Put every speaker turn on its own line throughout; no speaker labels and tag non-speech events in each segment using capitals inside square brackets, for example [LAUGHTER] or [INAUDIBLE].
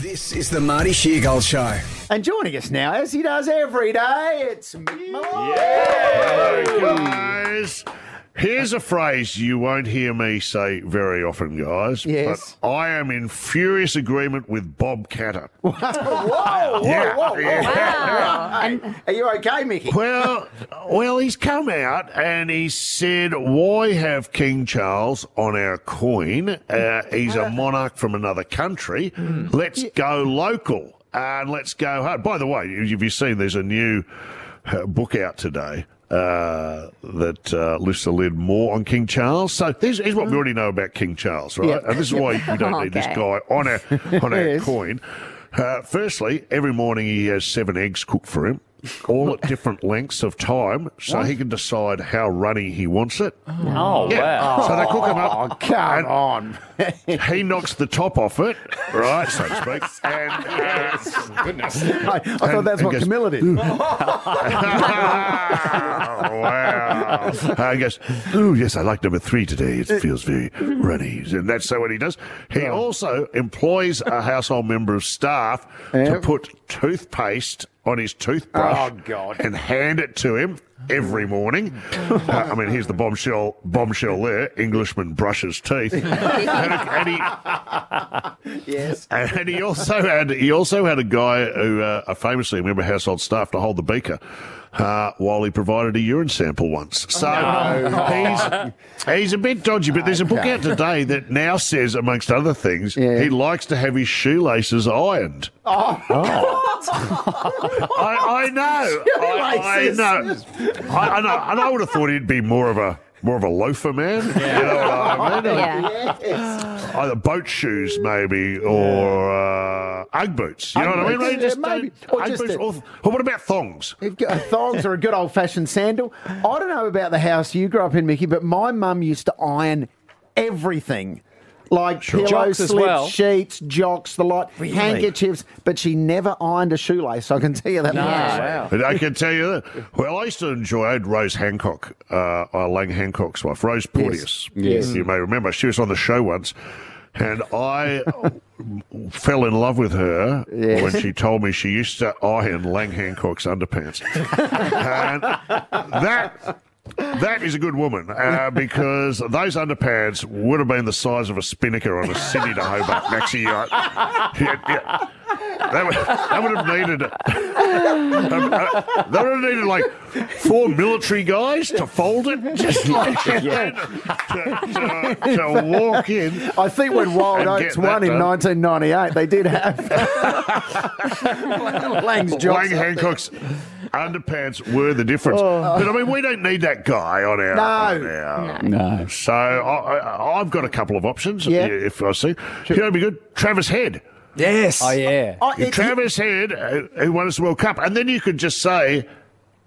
This is the Marty Sheargold Show.
And joining us now, as he does every day, it's Mick Malloy.
guys. Here's a phrase you won't hear me say very often, guys.
Yes.
But I am in furious agreement with Bob Catter. Whoa,
Whoa,
yeah,
whoa, whoa.
yeah.
Are you okay, Mickey?
Well, well, he's come out and he said, "Why have King Charles on our coin? Uh, he's a monarch from another country.
Hmm.
Let's go local and let's go hard." By the way, have you seen? There's a new uh, book out today. Uh, that uh, lifts the lid more on King Charles. So this is what we already know about King Charles, right?
Hmm. Yep.
And this is why we
[LAUGHS]
don't need this
Okay.
guy on our on our
Yes.
coin. Uh, firstly, every morning he has seven eggs cooked for him, all at different lengths of time, so he can decide how runny he wants it.
Oh, wow.
So they cook him
Oh,
up.
come
and
on.
He knocks the top off it, right, so to
[LAUGHS]
speak. And, uh,
I, I thought that's
and
what
goes,
Camilla did.
wow. Uh, he goes, oh, yes, I like number three today. It feels very runny. And that's so what he does. He also employs a household member of staff
Yeah.
to put toothpaste on his toothbrush
Oh, God.
and hand it to him every morning. Uh, I mean, here's the bombshell bombshell there. Englishman brushes teeth. and, and he, [LAUGHS]
yes.
and he also had he also had a guy who uh, a famously a member of household staff to hold the beaker. Uh, while he provided a urine sample once, so
Oh,
he's he's a bit dodgy. But there's a book out today that now says, amongst other things,
Yeah.
he likes to have his shoelaces ironed. Oh, I, I know, I, I
Shoelaces.
know, I, I know, and I would have thought he'd be more of a more of a loafer man. You know what I mean?
Yeah.
Yes.
either boat shoes maybe or uh, Ugg boots. You know
Ugg
what I mean?
boots,
Right?
yeah, maybe.
uh,
Or
Ugg
just
boots
a-
or, or what about thongs?
Thongs are a good old fashioned sandal. I don't know about the house you grew up in, Mickey, but my mum used to iron everything. Like pillow
Jocks as
slips,
well.
sheets, jocks, the lot, handkerchiefs, but she never ironed a shoelace. I can tell you that.
No.
much.
Wow.
And I can tell you that. Well, I used to enjoy I had Rose Hancock, uh, uh, Lang Hancock's wife, Rose Porteous.
Yes.
You may remember. She was on the show once. And I [LAUGHS] fell in love with her when she told me she used to iron Lang
[LAUGHS]
Hancock's underpants. and that. That is a good woman uh, because those underpants would have been the size of a spinnaker on a Sydney to Hobart maxi yacht. Yeah, yeah. That, would, that would have needed um, uh, they would have needed like four military guys to fold it, just like to, to, to walk in.
I think when Wild
And
Oats
get that
won in
done.
1998, they did have Lang's job.
Lang Hancock's underpants were the difference. But I mean, we don't need that guy on our.
Oh. No.
on our- So I, I, I've got a couple of options.
Yeah.
If I see, you know, it'd be good. Travis Head.
Oh, yeah.
Oh, it-
Travis Head, uh, who won us the World Cup, and then you could just say.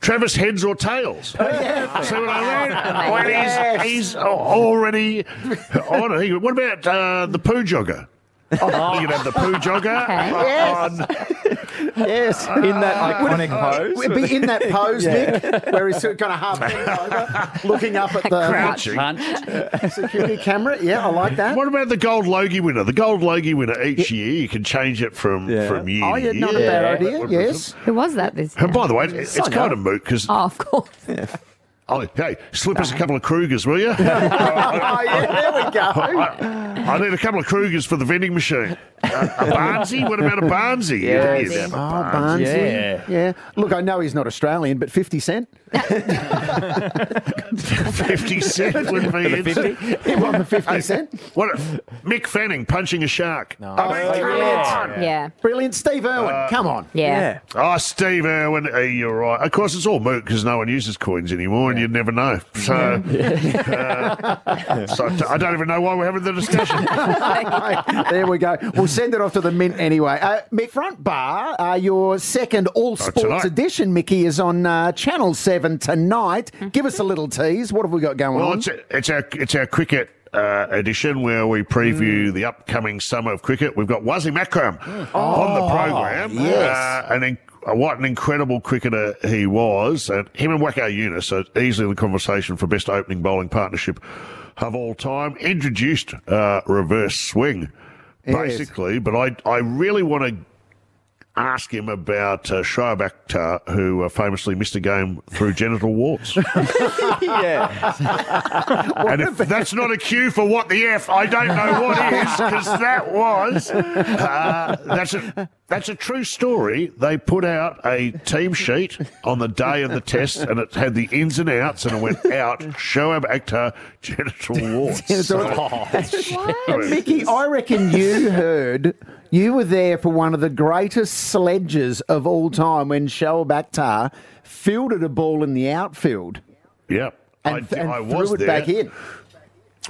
Travis heads
[LAUGHS]
or tails. See what I mean? When
Yes.
he's, he's already on it. He- What about uh, the poo jogger?
[LAUGHS]
You could have the poo jogger.
Yes.
on-
yes.
In that iconic pose.
We'd
[LAUGHS]
be in that pose, Nick, where he's sort of kind of half bent over, looking up at the
Crouching.
Punch.
security camera. Yeah, I like
[LAUGHS]
that.
What about the gold Logie winner? The gold Logie winner each year, you can change it from,
Yeah.
from year
Oh,
to
yeah, not a
year.
bad
That
idea.
would be
Yes.
Who was that this year?
And [LAUGHS] by the way, it's kind of moot because,
Oh, of [LAUGHS] course.
hey, slip
Uh.
us a couple of Krugers,
[LAUGHS]
will you?
[LAUGHS] Oh, yeah, there we
[LAUGHS]
go.
I, I need a couple of Krugers for the vending machine.
[LAUGHS]
A, a Barnsie? What about a Barnsie?
Yeah.
You can have a
Oh,
Barnsie.
Barnsley.
Yeah.
yeah. Look, I know he's not Australian, but 50 Cent,
[LAUGHS] 50
[LAUGHS]
cent would be interesting.
he won the 50 Cent.
uh, What a- Mick Fanning punching a shark. No.
Yeah. Yeah.
Brilliant. Steve Irwin, come on.
Yeah.
Oh, Steve Irwin, eh, you're right. Of course, it's all moot because no one uses coins anymore, and you'd never know. So, uh, [LAUGHS] so I d- I don't even know why we're having the discussion.
[LAUGHS] there we go. We'll send it off to the mint anyway. Uh, Mick Front Bar, uh, your second all sports
tonight.
edition, Mickey, is on uh, Channel 7 tonight. Give us a little tease. What have we got going
Well,
on? [LAUGHS]
it's, it's our it's our cricket uh, edition where we
Hmm.
preview the upcoming summer of cricket. We've got Wazzy Makram on the program.
Oh, yes.
uh, and in, uh, what an incredible cricketer he was, and him and Wacko Yunus are easily in the conversation for best opening bowling partnership of all time. Introduced uh, reverse swing.
Yes.
basically. But I, I really want to ask him about uh, Shoaib Akhtar, who uh, famously missed a game through genital warts.
yeah.
and if that's not a cue for what the F, I don't know what is, because that was, uh, that's, a, that's a true story. They put out a team sheet on the day of the test, and it had the ins and outs, and it went out, Shoaib Akhtar, genital
[LAUGHS]
warts.
What?
Mickey, I reckon you heard you were there for one of the greatest sledges of all time when Shoaib Akhtar fielded a ball in the outfield
Yeah.
and,
I,
and
I
threw
was
it
there.
back in.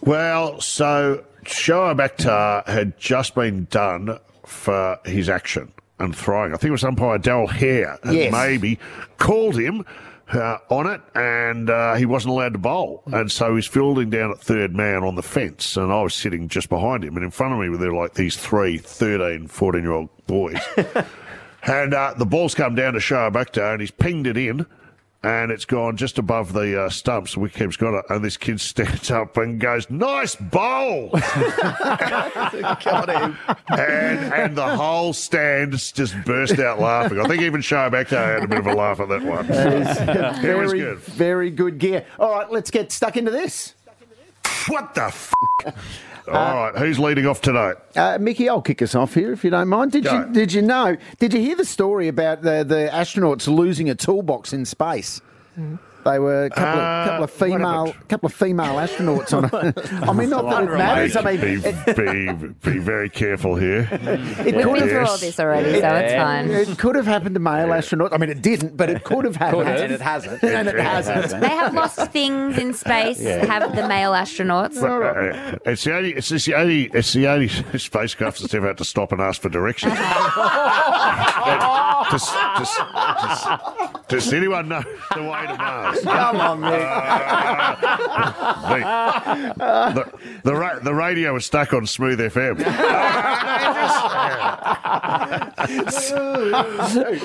Well, so Shoaib Akhtar had just been done for his action and throwing. I think it was umpire Daryl Hare, had
Yes.
maybe called him uh, on it, and uh, he wasn't allowed to bowl. And so he's fielding down at third man on the fence, and I was sitting just behind him. And in front of me were there like these three 13, 14 year old boys. And uh, the ball's come down to Shoaib Akhtar and he's pinged it in and it's gone just above the uh, stumps. The wicketkeeper's got it. And this kid [LAUGHS] stands up and goes, Nice bowl! [LAUGHS] and, and the whole stand just burst out laughing. I think even Shoaib Akhtar had a bit of a laugh at that one. [LAUGHS] it was
Very,
good.
very good gear. All right, let's get stuck into this.
What the f? All right, who's leading off tonight?
Uh, Mickey, I'll kick us off here if you don't mind. Did
Go.
you did you know? Did you hear the story about the, the astronauts losing a toolbox in space? They were a couple,
Uh,
of, couple of
what
female
happened?
couple of female astronauts on. A,
[LAUGHS]
I mean, not that it matters. I mean,
be, be, be very careful here.
it
We've
could have
been through all
Yes.
this already, so it's
Yeah.
fine.
it could have happened to male astronauts. I mean, it didn't, but it could have happened.
have. [LAUGHS] And it
hasn't. and it hasn't.
They have lost things in space, have the male astronauts.
Uh, It's the only. It's just the only. It's the only spacecraft that's ever had to stop and ask for
[LAUGHS]
directions. But does, does- does- does anyone know the way to Mars?
[LAUGHS] Come on, Mick.
Hey, [LAUGHS] the, the, ra- the radio was stuck on
[LAUGHS]
Smooth FM. they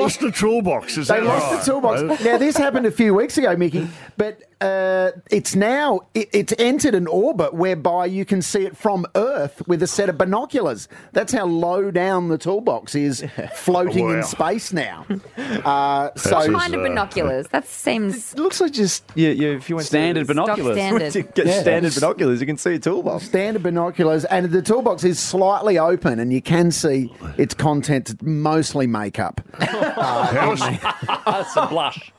lost the toolbox. Is
They
that
lost
right?
the toolbox. Now this happened a few weeks ago, Mickey, but uh, it's now it, it's entered an orbit whereby you can see it from Earth with a set of binoculars. That's how low down the toolbox is, floating
[LAUGHS] Wow.
in space
[LAUGHS]
now. Uh,
That's
so
Kind of
Uh,
binoculars. That
[LAUGHS]
seems
Looks like just yeah, yeah. If you went
Standard
to,
binoculars.
standard.
to get standard binoculars, you can see a toolbox.
standard binoculars, and the toolbox is slightly open, and you can see its contents mostly makeup. [LAUGHS]
How is-
That's a blush.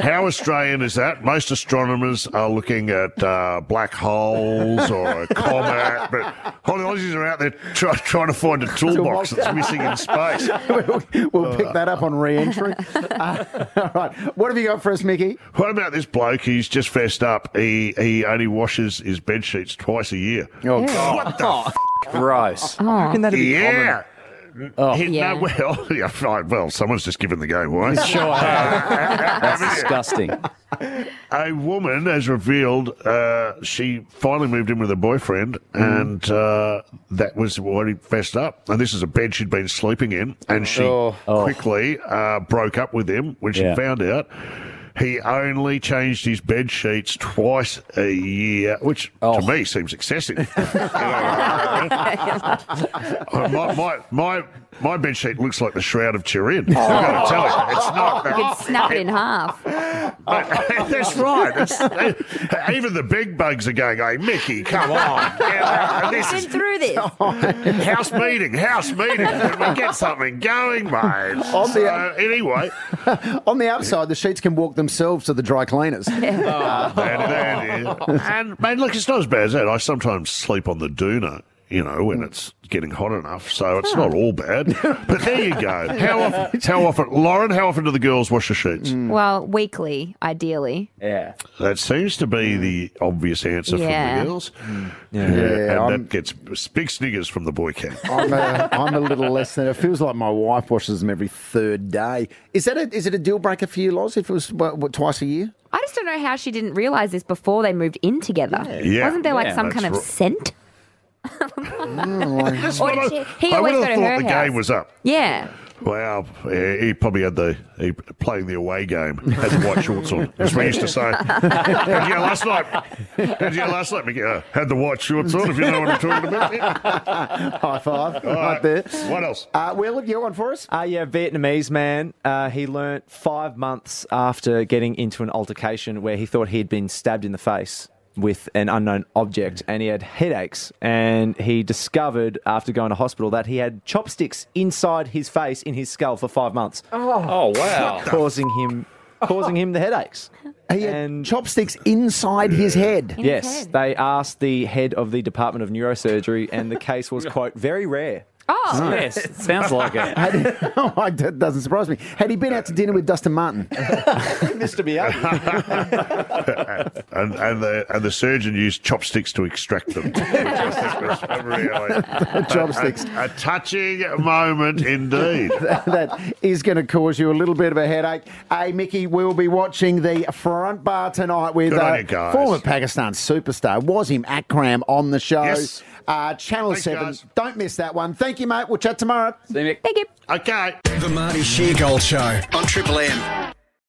How Australian is that? Most astronomers are looking at uh, black holes or a comet, but Holly Aussies are out there try, trying to find a toolbox that's missing in space.
we'll, we'll pick that up on
[LAUGHS]
re-entry. Uh, [LAUGHS] all right, what have you got for us, Mickey?
What about this bloke? He's just fessed up. He he only washes his bed sheets twice a year.
Oh,
What the? f-
Gross. How can that be common?
yeah. He- no,
Yeah.
well, [LAUGHS] yeah, right, well, someone's just given the game away.
Sure. That's disgusting.
A woman has revealed uh, she finally moved in with her boyfriend,
Mm-hmm.
and uh, that was what he fessed up. And this is a bed she'd been sleeping in, and she
Oh. Oh.
quickly uh, broke up with him when she
Yeah.
found out he only changed his bed sheets twice a year, which
Oh.
to me
[LAUGHS]
seems excessive. [LAUGHS] Uh, my, my, my, my bed sheet looks like the Shroud of Turin. I've got to tell you, it's not.
you could snap it
[LAUGHS]
in half. Oh.
But- uh, [LAUGHS] that's right.
[LAUGHS]
It's- even the big bugs are going, hey, Mickey, come on. Get
[LAUGHS]
out.
We've
This
been
is Oh.
through
[LAUGHS]
this.
house meeting, house meeting. Can we get something going, mate?
[LAUGHS]
On the-
So, anyway,
On the outside, the sheets can walk themselves to the dry cleaners.
that- that is- and, man, look, it's not as bad as that. I sometimes sleep on the doona. You know,
Mm.
when it's getting hot enough, so it's not all bad. But there you go. How often,
[LAUGHS]
how often, Lauren? How often do the girls wash their sheets?
Well, weekly, ideally.
Yeah.
That seems to be the obvious answer
Yeah.
from the girls.
Yeah.
and
I'm-
that gets big sniggers from the boy [LAUGHS] cat.
I'm a, I'm a little less than. It feels like my wife washes them every third day. Is that a, is it a deal breaker for you, Loz? If it was what, what, twice a year?
I just don't know how she didn't realize this before they moved in together.
Yeah.
Wasn't there like
Yeah.
some
That's
kind of
right.
scent?
That's
Or
what
did she- he
I would
always
have
go to
thought
her
the
house.
game was up.
Yeah.
Wow, yeah, he probably had the he playing the away game had the white shorts on. That's what he used to
[LAUGHS]
say. Had you last night? Had you last night? Yeah, had the white shorts on. If you know what I'm talking about.
High five,
All
right there.
What else?
Uh, Will, you on for us?
Uh, yeah, Vietnamese man. Uh, he learnt five months after getting into an altercation where he thought he'd been stabbed in the face with an unknown object and he had headaches. And he discovered after going to hospital that he had chopsticks inside his face in his skull for five months,
Oh wow.
causing him causing him
[LAUGHS]
the headaches.
He had
And-
chopsticks inside his head.
In his
Yes,
head.
they asked the head of the Department of Neurosurgery, and the
[LAUGHS]
case was, quote, very rare.
Oh,
Yes, it sounds like
[LAUGHS]
it.
Had- [LAUGHS] oh, I- that doesn't surprise me. Had he been out to dinner with Dustin Martin?
Mr. Miyagi.
And and the and the surgeon used chopsticks to extract them. [LAUGHS] Which I think was really-
Chopsticks.
A, a touching moment indeed.
[LAUGHS] that is going to cause you a little bit of a headache. Hey, Mickey, we'll be watching the front bar tonight with
Good on
uh,
you, guys.
former Pakistan superstar Wazim Akram on the show.
Yes.
Uh, Channel
Thanks,
7.
guys.
Don't miss that one. Thank you, mate. We'll chat tomorrow.
thank you.
Okay.
The Marty Sheargold Show on Triple M.